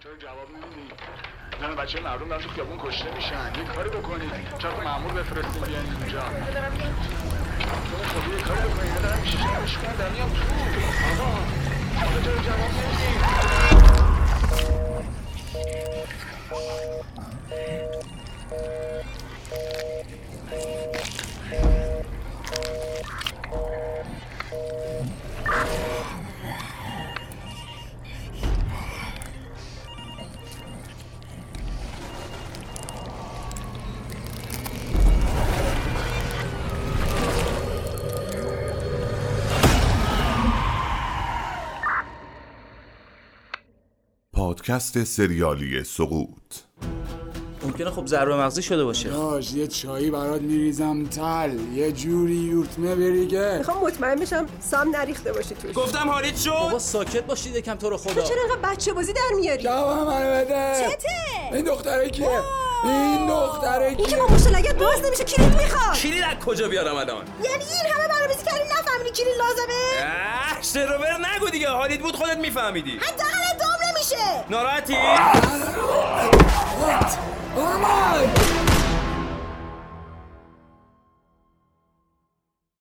تو جواب میدی زن بچه مردم دارن تو خیابون کشته میشن یه کاری بکنید چرا مامور بفرستیم بیاین اینجا خب یه کاری بکنید اینا دارن میشه شمش کنن در میام تو آقا آقا تو جواب نمیدی پادکست سریالی سقوط ممکنه خب ضربه مغزی شده باشه داش یه چایی برات میریزم تل یه جوری یورتمه بریگه میخوام مطمئن بشم سم نریخته باشی توش گفتم حالیت شد بابا ساکت باشید یکم تو رو تو خدا چرا اینقدر بچه بازی در میاری جواب منو بده چته این دختره کیه این دختره این که کیه با مشت لگت باز نمیشه کلید میخواد کلید از کجا بیارم الان یعنی این همه برنامه‌ریزی کردی نفهمیدی کلید لازمه اه، شروور نگو دیگه حالیت بود خودت میفهمیدی حداقل دوم نمیشه ناراحتی آرمان